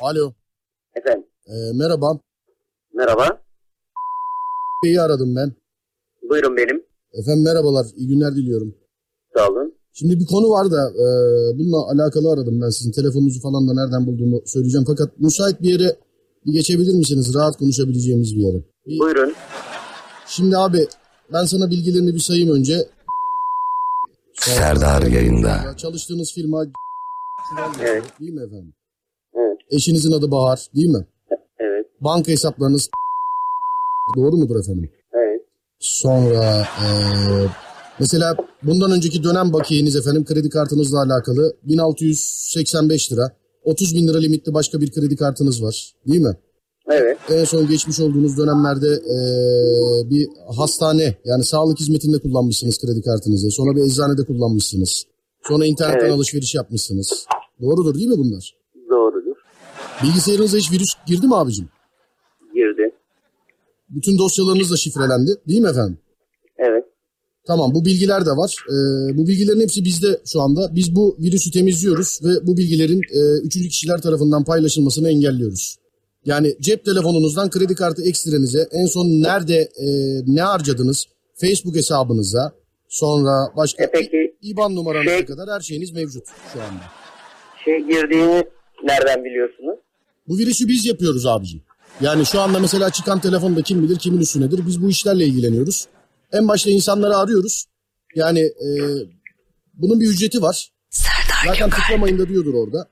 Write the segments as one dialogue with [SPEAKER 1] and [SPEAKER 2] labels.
[SPEAKER 1] Alo.
[SPEAKER 2] Efendim
[SPEAKER 1] E, merhaba.
[SPEAKER 2] merhaba.
[SPEAKER 1] Bey'i aradım ben.
[SPEAKER 2] Buyurun benim.
[SPEAKER 1] Efendim merhabalar. İyi günler diliyorum.
[SPEAKER 2] Sağ olun.
[SPEAKER 1] Şimdi bir konu var da e, bununla alakalı aradım ben sizin telefonunuzu falan da nereden bulduğumu söyleyeceğim. Fakat müsait bir yere bir geçebilir misiniz? Rahat konuşabileceğimiz bir yere. Bir-
[SPEAKER 2] Buyurun.
[SPEAKER 1] Şimdi abi ben sana bilgilerini bir sayayım önce.
[SPEAKER 3] Serdar yayında.
[SPEAKER 1] Çalıştığınız firma
[SPEAKER 2] Evet.
[SPEAKER 1] değil mi efendim?
[SPEAKER 2] Evet.
[SPEAKER 1] Eşinizin adı Bahar değil mi?
[SPEAKER 2] Evet.
[SPEAKER 1] Banka hesaplarınız doğru mudur efendim?
[SPEAKER 2] Evet.
[SPEAKER 1] Sonra eee, mesela bundan önceki dönem bakiyeniz efendim kredi kartınızla alakalı 1685 lira. 30 bin lira limitli başka bir kredi kartınız var değil mi?
[SPEAKER 2] Evet.
[SPEAKER 1] En son geçmiş olduğunuz dönemlerde eee, bir hastane yani sağlık hizmetinde kullanmışsınız kredi kartınızı. Sonra bir eczanede kullanmışsınız. Sonra internetten
[SPEAKER 2] Evet.
[SPEAKER 1] alışveriş yapmışsınız. Doğrudur değil mi bunlar?
[SPEAKER 2] Doğrudur.
[SPEAKER 1] Bilgisayarınıza hiç virüs girdi mi abicim?
[SPEAKER 2] Girdi.
[SPEAKER 1] Bütün dosyalarınız da şifrelendi değil mi efendim?
[SPEAKER 2] Evet.
[SPEAKER 1] Tamam bu bilgiler de var. Ee, bu bilgilerin hepsi bizde şu anda. Biz bu virüsü temizliyoruz ve bu bilgilerin e, üçüncü kişiler tarafından paylaşılmasını engelliyoruz. Yani cep telefonunuzdan kredi kartı ekstrenize en son nerede e, ne harcadınız Facebook hesabınıza sonra başka
[SPEAKER 2] E peki
[SPEAKER 1] IBAN numaranıza
[SPEAKER 2] Şey-
[SPEAKER 1] kadar her şeyiniz mevcut şu anda.
[SPEAKER 2] şey girdiğini nereden biliyorsunuz?
[SPEAKER 1] Bu virüsü biz yapıyoruz abiciğim. Yani şu anda mesela çıkan telefonda kim bilir kimin üstünedir. Biz bu işlerle ilgileniyoruz. En başta insanları arıyoruz. Yani e, bunun bir ücreti var. Zaten tıklamayın da diyordur orada.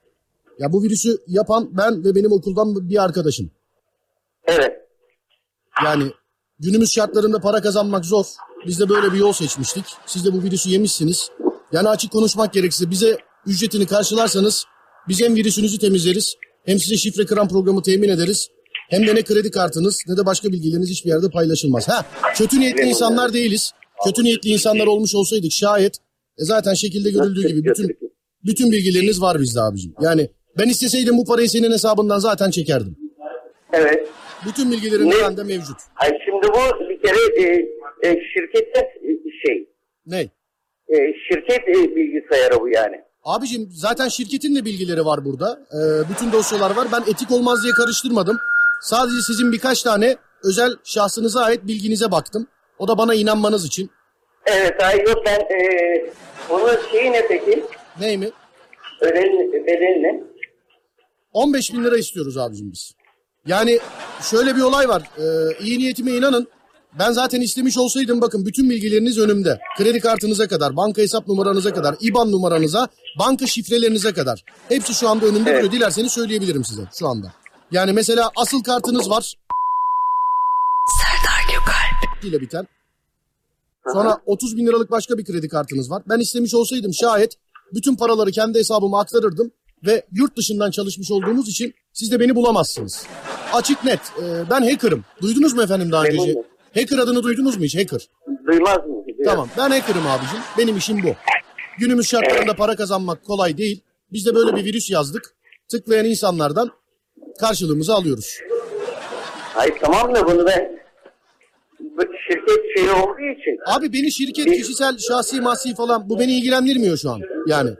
[SPEAKER 1] Ya bu virüsü yapan ben ve benim okuldan bir arkadaşım.
[SPEAKER 2] Evet.
[SPEAKER 1] Yani günümüz şartlarında para kazanmak zor. Biz de böyle bir yol seçmiştik. Siz de bu virüsü yemişsiniz. Yani açık konuşmak gerekirse bize ücretini karşılarsanız biz hem virüsünüzü temizleriz hem size şifre kıran programı temin ederiz. Hem de ne kredi kartınız ne de başka bilgileriniz hiçbir yerde paylaşılmaz. Ha, kötü niyetli insanlar değiliz. Kötü niyetli insanlar olmuş olsaydık şayet e zaten şekilde görüldüğü gibi bütün bütün bilgileriniz var bizde abicim. Yani ben isteseydim bu parayı senin hesabından zaten çekerdim.
[SPEAKER 2] Evet.
[SPEAKER 1] Bütün bilgilerin
[SPEAKER 2] Ne?
[SPEAKER 1] bende mevcut.
[SPEAKER 2] Ay şimdi bu bir kere e, e, şirkette e, şey
[SPEAKER 1] Ne?
[SPEAKER 2] e, şirket e, bilgisayarı bu yani.
[SPEAKER 1] Abicim zaten şirketin de bilgileri var burada. Ee, bütün dosyalar var. Ben etik olmaz diye karıştırmadım. Sadece sizin birkaç tane özel şahsınıza ait bilginize baktım. O da bana inanmanız için.
[SPEAKER 2] Evet. Ay yok ben e, bunun şeyi ne peki?
[SPEAKER 1] Ney mi?
[SPEAKER 2] Ödeli, bedeli ne?
[SPEAKER 1] 15 bin lira istiyoruz abicim biz. Yani şöyle bir olay var. Ee, iyi niyetime inanın. Ben zaten istemiş olsaydım bakın bütün bilgileriniz önümde. Kredi kartınıza kadar, banka hesap numaranıza kadar, IBAN numaranıza, banka şifrelerinize kadar. Hepsi şu anda önümde
[SPEAKER 2] Evet.
[SPEAKER 1] duruyor. Dilerseniz söyleyebilirim size şu anda. Yani mesela asıl kartınız var. ile biten. Sonra 30 bin liralık başka bir kredi kartınız var. Ben istemiş olsaydım şayet bütün paraları kendi hesabıma aktarırdım ve yurt dışından çalışmış olduğunuz için siz de beni bulamazsınız. Açık net. Ee, ben hacker'ım. Duydunuz mu efendim daha
[SPEAKER 2] Memnun
[SPEAKER 1] önce?
[SPEAKER 2] oldum.
[SPEAKER 1] Hacker adını duydunuz mu hiç? Hacker.
[SPEAKER 2] Duymaz mı? Duyar.
[SPEAKER 1] Tamam ben hacker'ım abicim. Benim işim bu. Günümüz şartlarında para kazanmak kolay değil. Biz de böyle bir virüs yazdık. Tıklayan insanlardan karşılığımızı alıyoruz.
[SPEAKER 2] Hayır tamam da bunu ben bu şirket şeyi olduğu için.
[SPEAKER 1] Abi beni şirket, kişisel, şahsi, mahsi falan bu beni ilgilendirmiyor şu an. Yani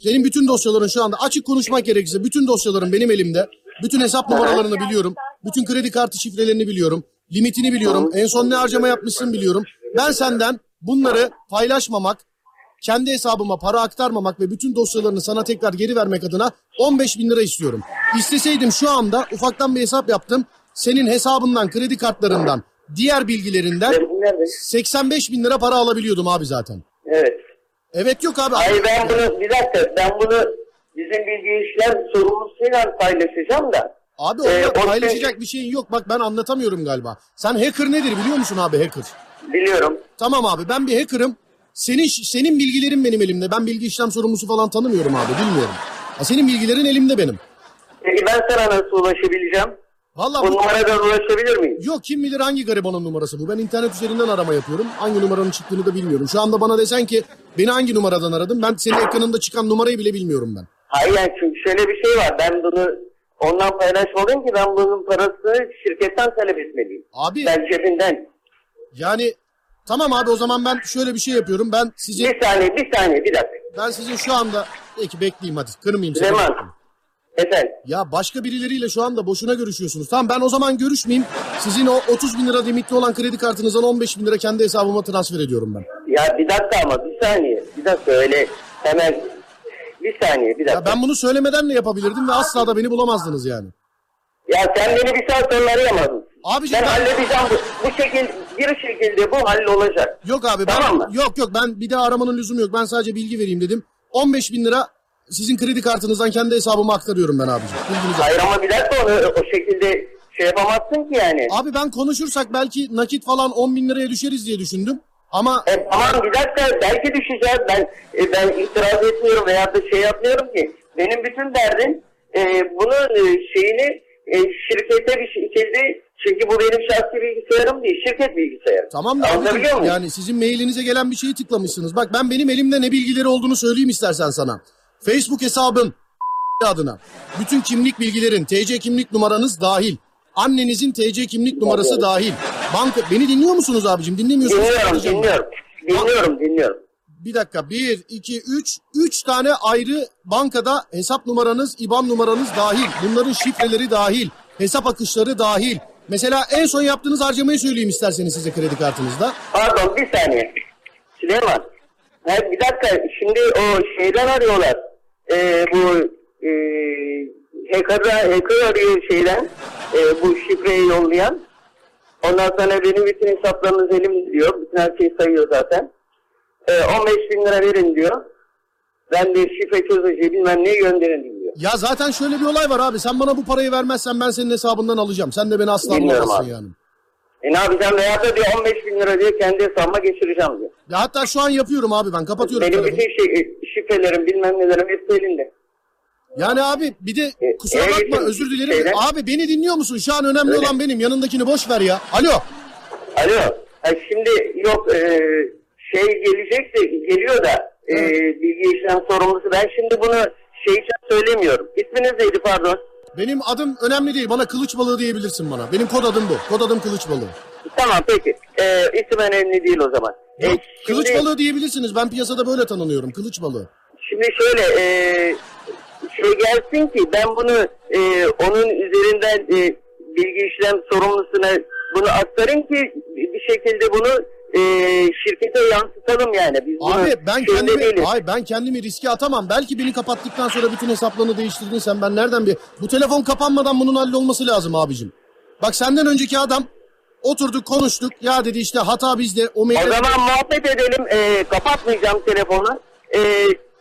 [SPEAKER 1] senin bütün dosyaların şu anda açık konuşmak gerekirse bütün dosyaların benim elimde. Bütün hesap numaralarını biliyorum. Bütün kredi kartı şifrelerini biliyorum. Limitini biliyorum. En son ne harcama yapmışsın biliyorum. Ben senden bunları paylaşmamak, kendi hesabıma para aktarmamak ve bütün dosyalarını sana tekrar geri vermek adına 15 bin lira istiyorum. İsteseydim şu anda ufaktan bir hesap yaptım. Senin hesabından, kredi kartlarından, diğer bilgilerinden
[SPEAKER 2] Ben bunlar da-
[SPEAKER 1] 85 bin lira para alabiliyordum abi zaten.
[SPEAKER 2] Evet.
[SPEAKER 1] Evet yok abi.
[SPEAKER 2] Hayır ben bunu bir dakika ben bunu bizim bilgi işler sorumlusuyla paylaşacağım da.
[SPEAKER 1] Abi
[SPEAKER 2] Ee,
[SPEAKER 1] orada
[SPEAKER 2] o-
[SPEAKER 1] paylaşacak bir şeyin yok. Bak ben anlatamıyorum galiba. Sen hacker nedir biliyor musun abi hacker?
[SPEAKER 2] Biliyorum.
[SPEAKER 1] Tamam abi ben bir hacker'ım. Senin ş- senin bilgilerin benim elimde. Ben bilgi işlem sorumlusu falan tanımıyorum abi bilmiyorum. Ha, senin bilgilerin elimde benim.
[SPEAKER 2] Peki ben sana nasıl ulaşabileceğim?
[SPEAKER 1] Vallahi
[SPEAKER 2] Bu
[SPEAKER 1] bu-
[SPEAKER 2] numaradan ulaşabilir miyim?
[SPEAKER 1] Yok kim bilir hangi garibanın numarası bu. Ben internet üzerinden arama yapıyorum. Hangi numaranın çıktığını da bilmiyorum. Şu anda bana desen ki beni hangi numaradan aradın? Ben senin ekranında çıkan numarayı bile bilmiyorum ben.
[SPEAKER 2] Hayır yani çünkü şöyle bir şey var. Ben bunu ondan paylaşmalıyım ki ben bunun parasını şirketten talep etmeliyim.
[SPEAKER 1] Abi
[SPEAKER 2] Ben cebimden.
[SPEAKER 1] yani tamam abi o zaman ben şöyle bir şey yapıyorum. Ben sizin
[SPEAKER 2] Bir saniye bir saniye bir dakika.
[SPEAKER 1] Ben sizin şu anda peki bekleyeyim hadi kırmayayım seni.
[SPEAKER 2] Süleyman. Efendim.
[SPEAKER 1] Ya başka birileriyle şu anda boşuna görüşüyorsunuz. Tamam ben o zaman görüşmeyeyim. Sizin o 30 bin lira limitli olan kredi kartınızdan 15 bin lira kendi hesabıma transfer ediyorum ben.
[SPEAKER 2] Ya bir dakika ama bir saniye. Bir dakika öyle hemen bir saniye
[SPEAKER 1] Ya
[SPEAKER 2] bir dakika. Ya,
[SPEAKER 1] ben bunu söylemeden de yapabilirdim ve asla da beni bulamazdınız yani.
[SPEAKER 2] sen beni bir saat sonra arayamadın.
[SPEAKER 1] Abicim
[SPEAKER 2] ben,
[SPEAKER 1] ben-
[SPEAKER 2] halledeceğim bu, bu şekil bir şekilde bu hallolacak.
[SPEAKER 1] Yok abi ben
[SPEAKER 2] Tamam mı?
[SPEAKER 1] yok yok ben bir daha aramanın lüzumu yok. Ben sadece bilgi vereyim dedim. 15 bin lira sizin kredi kartınızdan kendi hesabıma aktarıyorum ben abicim. Bilginiz olsun.
[SPEAKER 2] Hayır ama bir dakika onu o şekilde şey yapamazsın ki yani.
[SPEAKER 1] Abi ben konuşursak belki nakit falan 10 bin liraya düşeriz diye düşündüm. Ama
[SPEAKER 2] E, tamam bir dakika belki düşeceğiz. Ben e, ben itiraz etmiyorum veya da şey yapmıyorum ki. Benim bütün derdim e, bunun e, şeyini e, şirkete bir şekilde çünkü bu benim şahsi bilgisayarım değil şirket bilgisayarı.
[SPEAKER 1] tamam da
[SPEAKER 2] Anlatabiliyor
[SPEAKER 1] abicim,
[SPEAKER 2] muyum?
[SPEAKER 1] yani sizin mailinize gelen bir şeyi tıklamışsınız. Bak ben benim elimde ne bilgileri olduğunu söyleyeyim istersen sana. Facebook hesabım adına. Bütün kimlik bilgilerin, TC kimlik numaranız dahil. Annenizin TC kimlik numarası dahil. Banka beni dinliyor musunuz abicim? Dinlemiyorsunuz.
[SPEAKER 2] Dinliyorum
[SPEAKER 1] Çıkaracağım ben.
[SPEAKER 2] dinliyorum. Dinliyorum dinliyorum.
[SPEAKER 1] Bir dakika. 1, 2, 3. 3 tane ayrı bankada hesap numaranız, IBAN numaranız dahil. Bunların şifreleri dahil. Hesap akışları dahil. Mesela en son yaptığınız harcamayı söyleyeyim isterseniz size kredi kartınızda.
[SPEAKER 2] Pardon bir saniye. Süleyman. Ha, bir dakika şimdi o şeyden arıyorlar. Ee, bu e, hacker'da hacker arıyor şeyden. Ee, bu şifreyi yollayan. Ondan sonra benim bütün hesaplarınız elimde diyor. Bütün her şeyi sayıyor zaten. Ee, 15 bin lira verin diyor. Ben de şifre çözücü bilmem neyi gönderin diyor.
[SPEAKER 1] Ya zaten şöyle bir olay var abi. Sen bana bu parayı vermezsen ben senin hesabından alacağım. Sen de beni asla
[SPEAKER 2] Bilmiyorum
[SPEAKER 1] bulamazsın
[SPEAKER 2] abi.
[SPEAKER 1] yani.
[SPEAKER 2] E ne yapacağım? Veya da diyor 15 bin lira diyor kendi hesabıma geçireceğim diyor.
[SPEAKER 1] Ya hatta şu an yapıyorum abi ben. Kapatıyorum
[SPEAKER 2] Benim
[SPEAKER 1] telefonu.
[SPEAKER 2] bütün şey, şifrelerim bilmem nelerim hepsi elinde.
[SPEAKER 1] Yani abi bir de
[SPEAKER 2] E,
[SPEAKER 1] kusura
[SPEAKER 2] e,
[SPEAKER 1] bakma
[SPEAKER 2] geçin.
[SPEAKER 1] özür dilerim.
[SPEAKER 2] Şeyden-
[SPEAKER 1] Abi beni dinliyor musun? Şu an önemli
[SPEAKER 2] Öyle.
[SPEAKER 1] olan benim. Yanındakini boş ver ya. Alo.
[SPEAKER 2] Alo. Ha şimdi yok e, şey gelecek de geliyor da e, bilgi işlem sorumlusu. Ben şimdi bunu şey için söylemiyorum. İsminiz neydi pardon?
[SPEAKER 1] Benim adım önemli değil. Bana kılıç balığı diyebilirsin bana. Benim kod adım bu. Kod adım kılıç balığı.
[SPEAKER 2] Tamam peki. E, isim önemli değil o zaman. E,
[SPEAKER 1] Yok, kılıç
[SPEAKER 2] şimdi-
[SPEAKER 1] balığı diyebilirsiniz. Ben piyasada böyle tanınıyorum. Kılıç balığı.
[SPEAKER 2] Şimdi şöyle e, şey gelsin ki ben bunu e, onun üzerinden e, bilgi işlem sorumlusuna bunu aktarın ki bir şekilde bunu e, şirkete yansıtalım yani. Biz bunu
[SPEAKER 1] Abi ben
[SPEAKER 2] şeyinde değiliz.
[SPEAKER 1] kendimi, ay ben kendimi riske atamam. Belki beni kapattıktan sonra bütün hesaplarını değiştirdin sen. Ben nereden bir... Bu telefon kapanmadan bunun hallolması lazım abicim. Bak senden önceki adam oturduk konuştuk. Ya dedi işte hata bizde. O
[SPEAKER 2] O
[SPEAKER 1] mail
[SPEAKER 2] zaman muhabbet edelim. Ee, kapatmayacağım telefonu. Ee,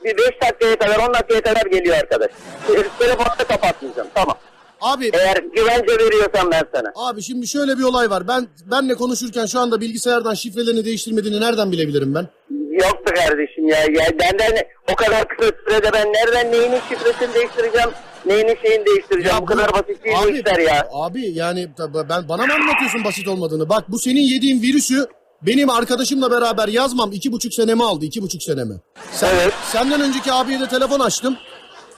[SPEAKER 2] bir 5 dakikaya kadar 10 dakikaya kadar geliyor arkadaş. Ee, Telefonu da kapatmayacağım. Tamam.
[SPEAKER 1] Abi
[SPEAKER 2] Eğer güvence veriyorsan ben sana.
[SPEAKER 1] abi şimdi şöyle bir olay var. Ben benle konuşurken şu anda bilgisayardan şifrelerini değiştirmediğini nereden bilebilirim ben?
[SPEAKER 2] Yoktu kardeşim ya. ya benden o kadar kısa sürede ben nereden neyinin şifresini değiştireceğim, neyinin şeyini değiştireceğim. bu,
[SPEAKER 1] bu-
[SPEAKER 2] kadar basit değil bu işler ya.
[SPEAKER 1] Abi yani tab- ben bana mı anlatıyorsun basit olmadığını? Bak bu senin yediğin virüsü benim arkadaşımla beraber yazmam iki buçuk senemi aldı iki buçuk senemi. Sen,
[SPEAKER 2] Evet.
[SPEAKER 1] Senden önceki abiye de telefon açtım.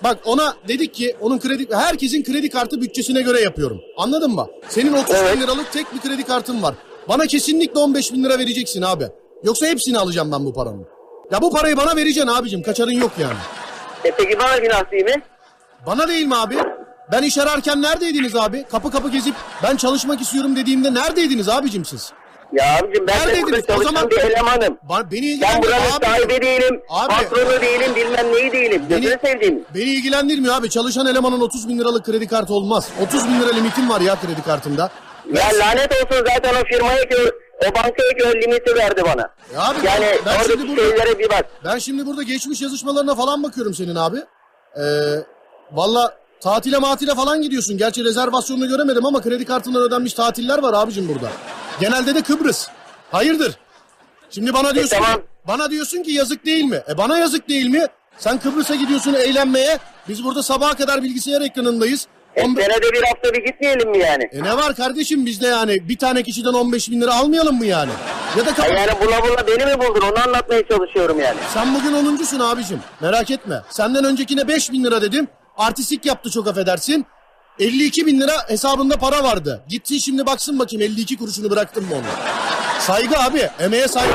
[SPEAKER 1] Bak ona dedik ki onun kredi herkesin kredi kartı bütçesine göre yapıyorum. Anladın mı? Senin 30 bin
[SPEAKER 2] Evet.
[SPEAKER 1] liralık tek bir kredi kartın var. Bana kesinlikle 15 bin lira vereceksin abi. Yoksa hepsini alacağım ben bu paranın. Ya bu parayı bana vereceksin abicim. Kaçarın yok yani.
[SPEAKER 2] E peki bana günah değil mi?
[SPEAKER 1] Bana değil mi abi? Ben iş ararken neredeydiniz abi? Kapı kapı gezip ben çalışmak istiyorum dediğimde neredeydiniz abicim siz?
[SPEAKER 2] Ya abicim ben de
[SPEAKER 1] Neredeydiniz?
[SPEAKER 2] burada
[SPEAKER 1] O
[SPEAKER 2] çalışan
[SPEAKER 1] zaman-
[SPEAKER 2] bir elemanım.
[SPEAKER 1] Ba- beni
[SPEAKER 2] Ben
[SPEAKER 1] ilgilendirmiyor
[SPEAKER 2] buranın
[SPEAKER 1] abi.
[SPEAKER 2] sahibi değilim,
[SPEAKER 1] Abi.
[SPEAKER 2] patronu değilim, bilmem neyi değilim. Gözünü sevdiğim.
[SPEAKER 1] Beni ilgilendirmiyor abi. Çalışan elemanın 30 bin liralık kredi kartı olmaz. 30 bin lira limitim var ya kredi kartımda.
[SPEAKER 2] Ya lanet olsun zaten o firmaya ki o bankaya ki o limiti verdi bana.
[SPEAKER 1] Ya E abi ben-
[SPEAKER 2] yani
[SPEAKER 1] ben
[SPEAKER 2] oradaki
[SPEAKER 1] şimdi burada-
[SPEAKER 2] şeylere bir şey bak.
[SPEAKER 1] Ben şimdi burada geçmiş yazışmalarına falan bakıyorum senin abi. Ee, Valla tatile matile falan gidiyorsun. Gerçi rezervasyonunu göremedim ama kredi kartından ödenmiş tatiller var abicim burada. Genelde de Kıbrıs. Hayırdır? Şimdi bana diyorsun,
[SPEAKER 2] E, tamam.
[SPEAKER 1] ki, bana diyorsun ki yazık değil mi? E bana yazık değil mi? Sen Kıbrıs'a gidiyorsun eğlenmeye. Biz burada sabaha kadar bilgisayar ekranındayız.
[SPEAKER 2] E,
[SPEAKER 1] On-
[SPEAKER 2] senede bir hafta bir gitmeyelim mi yani?
[SPEAKER 1] E ne var kardeşim bizde yani? Bir tane kişiden 15 bin lira almayalım mı yani? Ya da
[SPEAKER 2] Ha,
[SPEAKER 1] kapat-
[SPEAKER 2] yani bula bula beni mi buldun onu anlatmaya çalışıyorum yani.
[SPEAKER 1] Sen bugün onuncusun abicim. Merak etme. Senden öncekine 5 bin lira dedim. Artistik yaptı çok affedersin. 52 bin lira hesabında para vardı. Gitsin şimdi baksın bakayım 52 kuruşunu bıraktın mı onu. Saygı abi. Emeğe saygı.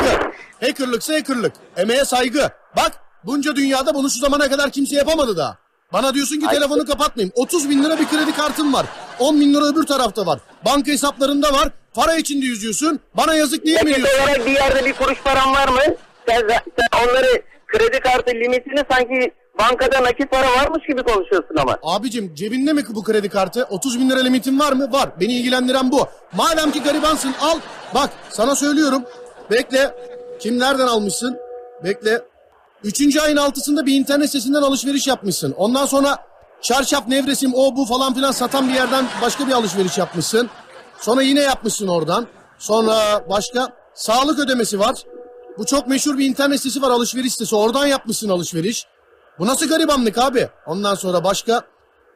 [SPEAKER 1] Hackerlıksa hackerlık. Emeğe saygı. Bak bunca dünyada bunu şu zamana kadar kimse yapamadı daha. Bana diyorsun ki
[SPEAKER 2] Ay-
[SPEAKER 1] telefonu kapatmayayım. 30 bin lira bir kredi kartım var. 10 bin lira öbür tarafta var. Banka hesaplarında var. Para içinde yüzüyorsun. Bana yazık değil mi
[SPEAKER 2] Nakit
[SPEAKER 1] diyorsun?
[SPEAKER 2] olarak bir yerde bir kuruş paran var mı? Sen, sen onları kredi kartı limitini sanki bankada nakit para varmış gibi konuşuyorsun ama.
[SPEAKER 1] Abicim cebinde mi bu kredi kartı? 30 bin lira limitin var mı? Var. Beni ilgilendiren bu. Madem ki garibansın al. Bak sana söylüyorum. Bekle. Kim nereden almışsın? Bekle. Üçüncü ayın altısında bir internet sitesinden alışveriş yapmışsın. Ondan sonra çarşaf, nevresim, o bu falan filan satan bir yerden başka bir alışveriş yapmışsın. Sonra yine yapmışsın oradan. Sonra başka sağlık ödemesi var. Bu çok meşhur bir internet sitesi var alışveriş sitesi. Oradan yapmışsın alışveriş. Bu nasıl garibanlık abi? Ondan sonra başka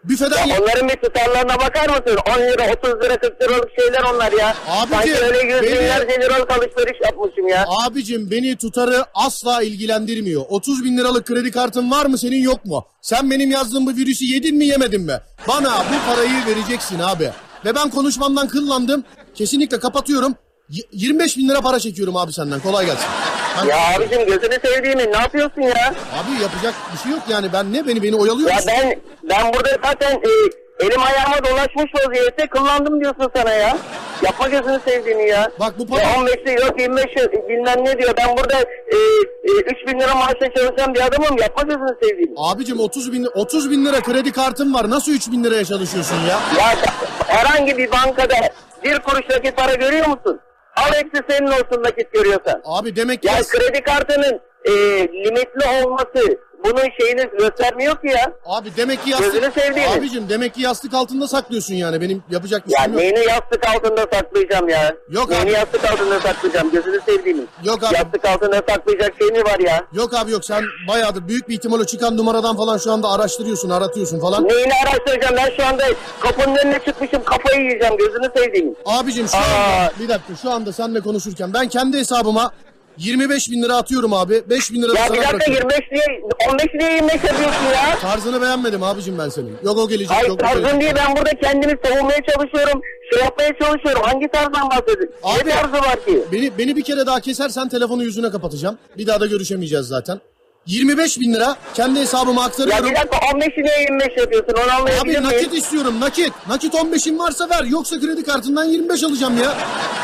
[SPEAKER 1] büfeden
[SPEAKER 2] Ya onların bir tutarlarına bakar mısın? 10 lira, 30 lira, 40 liralık şeyler onlar ya.
[SPEAKER 1] Abici,
[SPEAKER 2] Sanki öyle yüz
[SPEAKER 1] beni-
[SPEAKER 2] binlerce liralık alışveriş yapmışım ya.
[SPEAKER 1] Abicim beni tutarı asla ilgilendirmiyor. 30 bin liralık kredi kartın var mı senin yok mu? Sen benim yazdığım bu virüsü yedin mi yemedin mi? Bana bu parayı vereceksin abi. Ve ben konuşmamdan kıllandım. Kesinlikle kapatıyorum. Y- 25 bin lira para çekiyorum abi senden. Kolay gelsin. Ben-
[SPEAKER 2] Ya abicim gözünü sevdiğimi ne yapıyorsun ya?
[SPEAKER 1] Abi yapacak bir şey yok yani. Ben ne beni beni oyalıyor
[SPEAKER 2] Ya
[SPEAKER 1] musun?
[SPEAKER 2] ben ben burada zaten e, elim ayağıma dolaşmış vaziyette kıllandım diyorsun sana ya. Yapma gözünü sevdiğini ya.
[SPEAKER 1] Bak bu para-
[SPEAKER 2] para... 15'i yok 25 'i bilmem ne diyor. Ben burada e, e, 3 bin lira maaşla çalışan bir adamım. Yapma gözünü sevdiğini.
[SPEAKER 1] Abicim 30 bin, 30 bin lira kredi kartın var. Nasıl 3 bin liraya çalışıyorsun ya?
[SPEAKER 2] Ya da- herhangi bir bankada bir kuruş nakit para görüyor musun? Al eksi senin olsun nakit görüyorsan.
[SPEAKER 1] Abi demek ki...
[SPEAKER 2] Ya kredi kartının e, limitli olması bunun şeyini göstermiyor ki ya.
[SPEAKER 1] Abi demek ki yastık...
[SPEAKER 2] Gözünü sevdiğim.
[SPEAKER 1] Abicim demek ki yastık altında saklıyorsun yani. Benim yapacak bir
[SPEAKER 2] Ya
[SPEAKER 1] şeyim yok.
[SPEAKER 2] neyini yastık altında saklayacağım ya?
[SPEAKER 1] Yok
[SPEAKER 2] neyini
[SPEAKER 1] abi.
[SPEAKER 2] yastık altında saklayacağım? Gözünü sevdiğimi.
[SPEAKER 1] Yok abi.
[SPEAKER 2] Yastık altında saklayacak şey mi var ya?
[SPEAKER 1] Yok abi yok sen bayağıdır büyük bir ihtimal o çıkan numaradan falan şu anda araştırıyorsun, aratıyorsun falan.
[SPEAKER 2] Neyini araştıracağım? Ben şu anda kapının önüne çıkmışım kafayı yiyeceğim gözünü sevdiğimi.
[SPEAKER 1] Abicim şu
[SPEAKER 2] Aa.
[SPEAKER 1] anda bir dakika şu anda seninle konuşurken ben kendi hesabıma 25 bin lira atıyorum abi. 5 bin lira da
[SPEAKER 2] Ya
[SPEAKER 1] sana
[SPEAKER 2] bir dakika
[SPEAKER 1] bırakıyorum.
[SPEAKER 2] 25 niye 15 niye 25 yapıyorsun ya?
[SPEAKER 1] Tarzını beğenmedim abicim ben senin. Yok o gelecek.
[SPEAKER 2] Hayır
[SPEAKER 1] yok bu gelecek.
[SPEAKER 2] tarzım değil ben burada kendimi savunmaya çalışıyorum. Şey yapmaya çalışıyorum. Hangi tarzdan bahsediyorsun?
[SPEAKER 1] Abi-
[SPEAKER 2] Ne tarzı var ki?
[SPEAKER 1] Beni, beni bir kere daha kesersen telefonu yüzüne kapatacağım. Bir daha da görüşemeyeceğiz zaten. 25 bin lira kendi hesabıma
[SPEAKER 2] Ya
[SPEAKER 1] aktarıyorum.
[SPEAKER 2] bir dakika 15'i niye 25 yapıyorsun? Onu anlayabilir
[SPEAKER 1] Abi
[SPEAKER 2] miyim?
[SPEAKER 1] nakit istiyorum nakit. Nakit 15'in varsa ver yoksa kredi kartından 25 alacağım ya.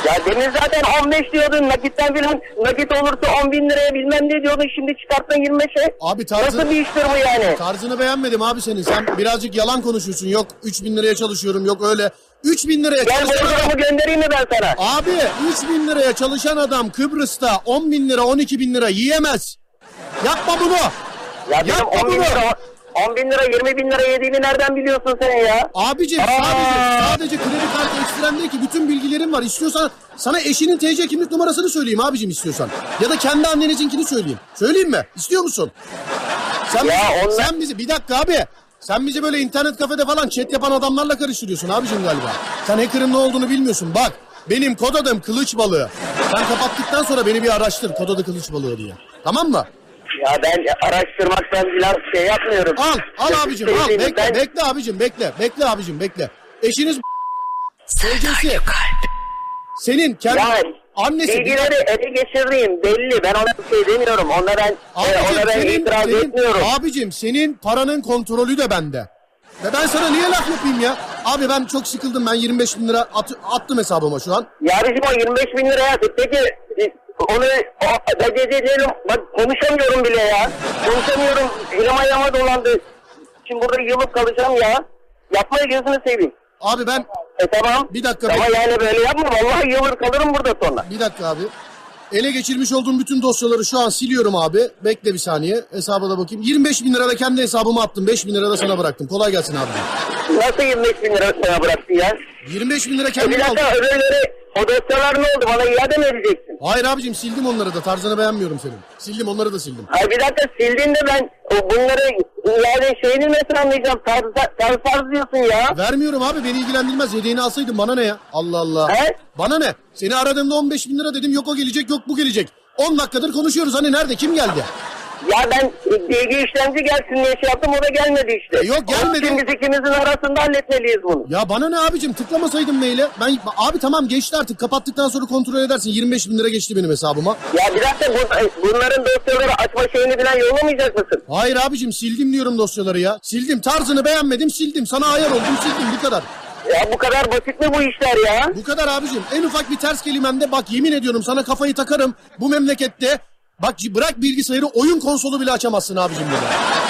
[SPEAKER 2] Ya demin zaten 15 diyordun nakitten filan nakit olursa 10 bin liraya bilmem ne diyordun şimdi çıkarttın 25'e.
[SPEAKER 1] Abi tarzı-
[SPEAKER 2] Nasıl bir iştir bu yani?
[SPEAKER 1] Tarzını beğenmedim abi senin. Sen birazcık yalan konuşuyorsun. Yok 3000 liraya çalışıyorum. Yok öyle. 3000 liraya
[SPEAKER 2] Gel
[SPEAKER 1] çalışan adam.
[SPEAKER 2] borcumu göndereyim mi ben sana?
[SPEAKER 1] Abi 3000 liraya çalışan adam Kıbrıs'ta 10 bin lira 12 bin lira yiyemez. Yapma bunu.
[SPEAKER 2] Ya benim
[SPEAKER 1] yapma
[SPEAKER 2] 10 bin
[SPEAKER 1] bunu.
[SPEAKER 2] lira, 10 bin lira 20 bin lira yediğini nereden biliyorsun sen ya?
[SPEAKER 1] Abicim
[SPEAKER 2] Aa.
[SPEAKER 1] sadece, sadece kredi kartı ekstrem değil ki bütün bilgilerim var. İstiyorsan sana eşinin TC kimlik numarasını söyleyeyim abicim istiyorsan. Ya da kendi annenizinkini söyleyeyim. Söyleyeyim mi? İstiyor musun? Sen,
[SPEAKER 2] Ya
[SPEAKER 1] bizi,
[SPEAKER 2] onlar-
[SPEAKER 1] sen bizi bir dakika abi. Sen bizi böyle internet kafede falan chat yapan adamlarla karıştırıyorsun abicim galiba. Sen hacker'ın ne olduğunu bilmiyorsun. Bak benim kod adım kılıç balığı. Sen kapattıktan sonra beni bir araştır kod adı kılıç balığı diye. Tamam mı?
[SPEAKER 2] Ya ben araştırmaktan filan şey yapmıyorum.
[SPEAKER 1] Al, al abicim al.
[SPEAKER 2] Sevdiğimi
[SPEAKER 1] Bekle,
[SPEAKER 2] ben-
[SPEAKER 1] bekle abicim bekle. Bekle abicim bekle. Eşiniz Sevgilisi. Senin kendi
[SPEAKER 2] Yani
[SPEAKER 1] annesi.
[SPEAKER 2] bilgileri ele geçirdiğim belli. Ben ona bir şey demiyorum. Ona ben, e, ona ben itiraz etmiyorum.
[SPEAKER 1] abicim senin paranın kontrolü de bende. Ve ben sana niye laf yapayım ya? Abi ben çok sıkıldım. Ben 25 bin lira at- attım hesabıma şu an.
[SPEAKER 2] Ya bizim o 25 bin liraya peki e, onu o, ben de- de- diyelim bak konuşamıyorum bile ya. Konuşamıyorum elim ayağıma dolandı. Şimdi burada yılıp kalacağım ya. Yapma gözünü seveyim.
[SPEAKER 1] Abi ben
[SPEAKER 2] E tamam.
[SPEAKER 1] Bir dakika
[SPEAKER 2] Ama
[SPEAKER 1] bekle.
[SPEAKER 2] yani böyle yapma vallahi yılır kalırım burada sonra.
[SPEAKER 1] bir dakika abi. Ele geçirmiş olduğum bütün dosyaları şu an siliyorum abi. Bekle bir saniye. Hesaba da bakayım. 25 bin lira da kendi hesabıma attım. 5 bin lira da sana bıraktım. Kolay gelsin abi.
[SPEAKER 2] Nasıl 25 bin lira sana bıraktın ya?
[SPEAKER 1] 25 bin lira
[SPEAKER 2] E bir
[SPEAKER 1] kendim aldım.
[SPEAKER 2] dakika öbürleri o dosyalar ne oldu bana iade mi edeceksin?
[SPEAKER 1] Hayır abicim sildim onları da. Tarzını beğenmiyorum senin. Sildim onları da sildim.
[SPEAKER 2] Ay bir dakika sildin de ben o bunları iade şeyini nasıl anlayacağım? Tarz, tarz, tarz diyorsun ya.
[SPEAKER 1] Vermiyorum abi beni ilgilendirmez. Yedeğini alsaydın bana ne ya? Allah Allah.
[SPEAKER 2] He?
[SPEAKER 1] Bana ne? Seni aradığımda 15 bin lira dedim. Yok o gelecek yok bu gelecek. 10 dakikadır konuşuyoruz. Hani nerede? Kim geldi?
[SPEAKER 2] Ya ben e, bilgi işlemci gelsin diye şey yaptım o da gelmedi işte.
[SPEAKER 1] E yok, gelmedi.
[SPEAKER 2] Şimdi biz ikimizin arasında halletmeliyiz bunu.
[SPEAKER 1] Ya bana ne abicim tıklamasaydın maile. Ben abi tamam geçti artık kapattıktan sonra kontrol edersin. 25 bin lira geçti benim hesabıma.
[SPEAKER 2] Ya bir dakika bu- e, bunların dosyaları açma şeyini falan yollamayacak mısın?
[SPEAKER 1] Hayır abicim sildim diyorum dosyaları ya. Sildim tarzını beğenmedim sildim. Sana ayar oldum sildim bu kadar.
[SPEAKER 2] Ya bu kadar basit mi bu işler ya?
[SPEAKER 1] Bu kadar abicim. En ufak bir ters kelimemde bak yemin ediyorum sana kafayı takarım. Bu memlekette bak c- bırak bilgisayarı oyun konsolu bile açamazsın abicim burada.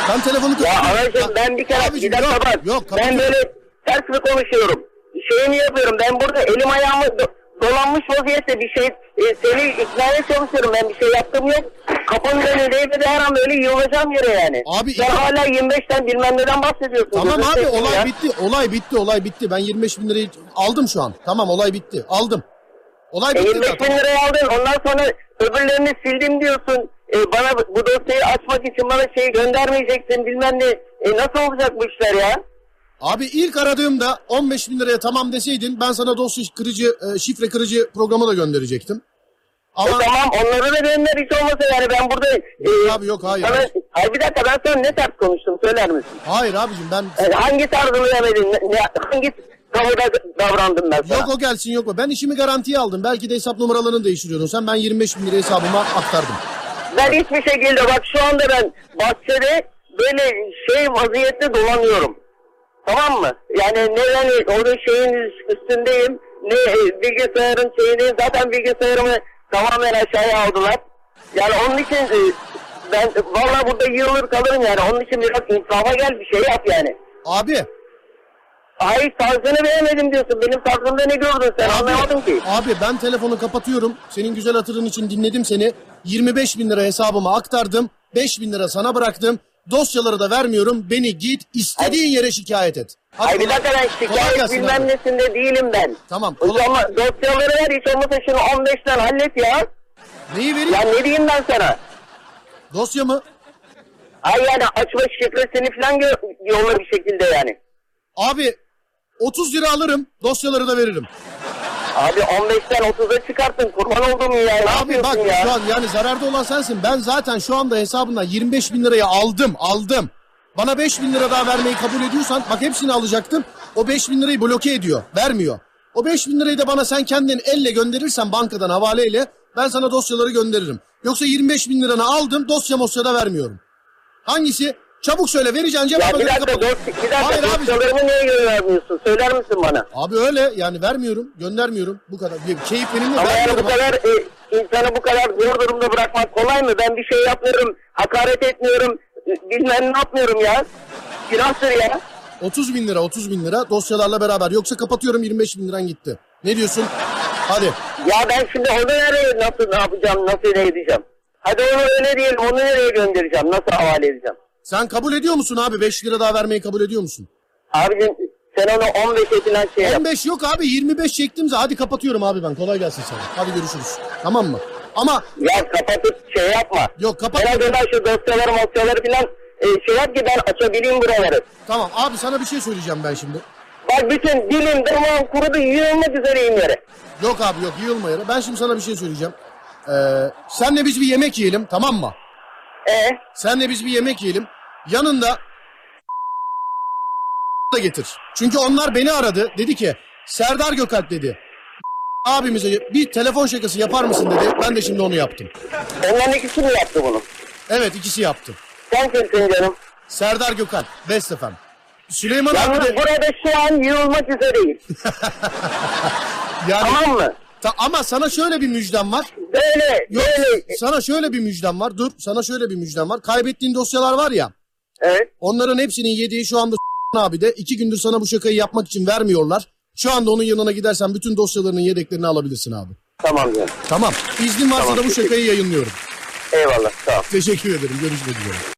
[SPEAKER 1] Ben telefonu
[SPEAKER 2] Ya
[SPEAKER 1] kapatıyorum. Ya-
[SPEAKER 2] anacığım ben bir kere
[SPEAKER 1] Abicim,
[SPEAKER 2] bir dakika
[SPEAKER 1] yok,
[SPEAKER 2] bak.
[SPEAKER 1] yok,
[SPEAKER 2] ben
[SPEAKER 1] kapatıyorum.
[SPEAKER 2] böyle ters mi konuşuyorum? Şeyini yapıyorum ben burada elim ayağımı do- dolanmış vaziyette bir şey e, seni iknaya çalışıyorum ben bir şey yaptım yok. Kapının önündeyim ve de her an böyle yığılacağım yere yani.
[SPEAKER 1] Abi-
[SPEAKER 2] Sen hala 25'ten bilmem neden bahsediyorsun.
[SPEAKER 1] Tamam
[SPEAKER 2] Gözünü
[SPEAKER 1] abi
[SPEAKER 2] seveyim
[SPEAKER 1] olay
[SPEAKER 2] ya.
[SPEAKER 1] bitti. Olay bitti olay bitti. Ben 25 bin lirayı aldım şu an. Tamam olay bitti. Aldım. Olay
[SPEAKER 2] E,
[SPEAKER 1] bitti
[SPEAKER 2] 25 bin
[SPEAKER 1] zaten.
[SPEAKER 2] lirayı aldın ondan sonra öbürlerini sildim diyorsun. E, bana bu- bu dosyayı açmak için bana şeyi göndermeyeceksin bilmem ne. E, nasıl olacak bu işler ya?
[SPEAKER 1] Abi ilk aradığımda 15 bin liraya tamam deseydin ben sana dosya kırıcı, e, şifre kırıcı programı da gönderecektim.
[SPEAKER 2] E,
[SPEAKER 1] Ama
[SPEAKER 2] tamam onları da gönder hiç olmasa yani ben burada... E,
[SPEAKER 1] abi yok hayır.
[SPEAKER 2] Sana, hayır bir dakika ben sana ne ters konuştum söyler misin?
[SPEAKER 1] Hayır abicim ben
[SPEAKER 2] E, hangi tarzını demedin? Ne, ne- hangi tavırda davrandım ben sana?
[SPEAKER 1] Yok o gelsin yok o. Ben işimi garantiye aldım. Belki de hesap numaralarını değiştiriyordun. Sen ben 25 bin lira hesabıma aktardım.
[SPEAKER 2] Ben hiçbir şekilde bak şu anda ben bahçede böyle şey vaziyette dolanıyorum. Tamam mı? Yani ne yani orada şeyin üstündeyim ne e, bilgisayarın şeyini zaten bilgisayarımı tamamen aşağıya aldılar. Yani onun için e, ben vallahi burada yığılır kalırım yani. Onun için biraz insafa gel bir şey yap yani.
[SPEAKER 1] Abi,
[SPEAKER 2] Hayır tarzını beğenmedim diyorsun. Benim tarzımda ne gördün sen
[SPEAKER 1] abi,
[SPEAKER 2] anlamadım ki.
[SPEAKER 1] abi ben telefonu kapatıyorum. Senin güzel hatırın için dinledim seni. 25 bin lira hesabıma aktardım. 5 bin lira sana bıraktım. Dosyaları da vermiyorum. Beni git istediğin yere şikayet et. Hadi
[SPEAKER 2] Ay bir
[SPEAKER 1] kolay-
[SPEAKER 2] dakika ben
[SPEAKER 1] kolay
[SPEAKER 2] şikayet
[SPEAKER 1] gelsin
[SPEAKER 2] bilmem
[SPEAKER 1] abi.
[SPEAKER 2] nesinde değilim ben.
[SPEAKER 1] Tamam,
[SPEAKER 2] O
[SPEAKER 1] kolay-
[SPEAKER 2] zaman dosyaları ver hiç olmazsa şunu 15'ten hallet ya.
[SPEAKER 1] Neyi vereyim?
[SPEAKER 2] Ya ne diyeyim ben sana?
[SPEAKER 1] Dosya mı?
[SPEAKER 2] Ay yani açma şifresini falan gö- yolla bir şekilde yani.
[SPEAKER 1] Abi 30 lira alırım. Dosyaları da veririm.
[SPEAKER 2] Abi 15'ten 30'a çıkarttın kurban olduğum ya. Ne
[SPEAKER 1] Abi
[SPEAKER 2] yapıyorsun
[SPEAKER 1] bak
[SPEAKER 2] ya?
[SPEAKER 1] şu an yani zararda olan sensin. Ben zaten şu anda hesabından 25 bin lirayı aldım. Aldım. Bana 5 bin lira daha vermeyi kabul ediyorsan bak hepsini alacaktım. O 5 bin lirayı bloke ediyor. Vermiyor. O 5 bin lirayı da bana sen kendin elle gönderirsen bankadan havaleyle ben sana dosyaları gönderirim. Yoksa 25 bin liranı aldım dosya mosya da vermiyorum. Hangisi? Çabuk söyle vereceğin
[SPEAKER 2] Ya
[SPEAKER 1] cevabı
[SPEAKER 2] bir
[SPEAKER 1] göre
[SPEAKER 2] dakika,
[SPEAKER 1] kapat.
[SPEAKER 2] dosya, bir dakika
[SPEAKER 1] Hayır abi.
[SPEAKER 2] dosyalarımı niye göndermiyorsun? Söyler misin bana?
[SPEAKER 1] Abi öyle yani vermiyorum göndermiyorum bu kadar. Bir Keyif benimle
[SPEAKER 2] Ama yani
[SPEAKER 1] vermiyorum.
[SPEAKER 2] bu kadar e, insanı bu kadar zor durumda bırakmak kolay mı? Ben bir şey yapmıyorum, hakaret etmiyorum, e, bilmem ne yapmıyorum ya. Günahtır ya.
[SPEAKER 1] 30 bin lira 30 bin lira dosyalarla beraber. Yoksa kapatıyorum 25 bin liran gitti. Ne diyorsun? Hadi.
[SPEAKER 2] Ya ben şimdi onu nereye, nasıl ne yapacağım, nasıl ne edeceğim? Hadi onu öyle diyelim, onu nereye göndereceğim, nasıl havale edeceğim?
[SPEAKER 1] Sen kabul ediyor musun abi? 5 lira daha vermeyi kabul ediyor musun?
[SPEAKER 2] Abicim sen onu 15 etinden şey yap.
[SPEAKER 1] 15 yok abi 25 çektim zaten. Hadi kapatıyorum abi ben. Kolay gelsin sana. Hadi görüşürüz. Tamam mı? Ama
[SPEAKER 2] Ya kapatıp şey yapma.
[SPEAKER 1] Yok, kapat-
[SPEAKER 2] En azından şu dosyaları mosyaları filan e, şey yap ki ben açabileyim buraları.
[SPEAKER 1] tamam abi sana bir şey söyleyeceğim ben şimdi.
[SPEAKER 2] Bak bütün dilim damağım kurudu yığılmak üzereyim yere.
[SPEAKER 1] Yok abi yok yığılma yere. Ben şimdi sana bir şey söyleyeceğim. Ee, senle biz bir yemek yiyelim tamam mı?
[SPEAKER 2] Ee,
[SPEAKER 1] Senle biz bir yemek yiyelim. Yanında da getir. Çünkü onlar beni aradı. Dedi ki Serdar Gökalp dedi. Abimize bir telefon şakası yapar mısın dedi. Ben de şimdi onu yaptım.
[SPEAKER 2] onların ikisi mi yaptı bunu?
[SPEAKER 1] Evet ikisi yaptı.
[SPEAKER 2] Sen kimsin canım?
[SPEAKER 1] Serdar Gökalp. Best efendim. Süleyman abi
[SPEAKER 2] Yalnız
[SPEAKER 1] de
[SPEAKER 2] burada şu an yığılmak üzereyiz.
[SPEAKER 1] yani
[SPEAKER 2] tamam mı?
[SPEAKER 1] ta- ama sana şöyle bir müjdem var.
[SPEAKER 2] Böyle,
[SPEAKER 1] Yok
[SPEAKER 2] böyle.
[SPEAKER 1] sana şöyle bir müjdem var. Dur sana şöyle bir müjdem var. Kaybettiğin dosyalar var ya.
[SPEAKER 2] Evet.
[SPEAKER 1] Onların hepsinin yediği şu anda abi de iki gündür sana bu şakayı yapmak için vermiyorlar. Şu anda onun yanına gidersen bütün dosyalarının yedeklerini alabilirsin abi.
[SPEAKER 2] Tamam canım.
[SPEAKER 1] Tamam. İznin varsa
[SPEAKER 2] Tamam,
[SPEAKER 1] da bu
[SPEAKER 2] teşekkür-
[SPEAKER 1] şakayı yayınlıyorum.
[SPEAKER 2] Eyvallah. Sağ ol.
[SPEAKER 1] Teşekkür ederim. Görüşmek üzere.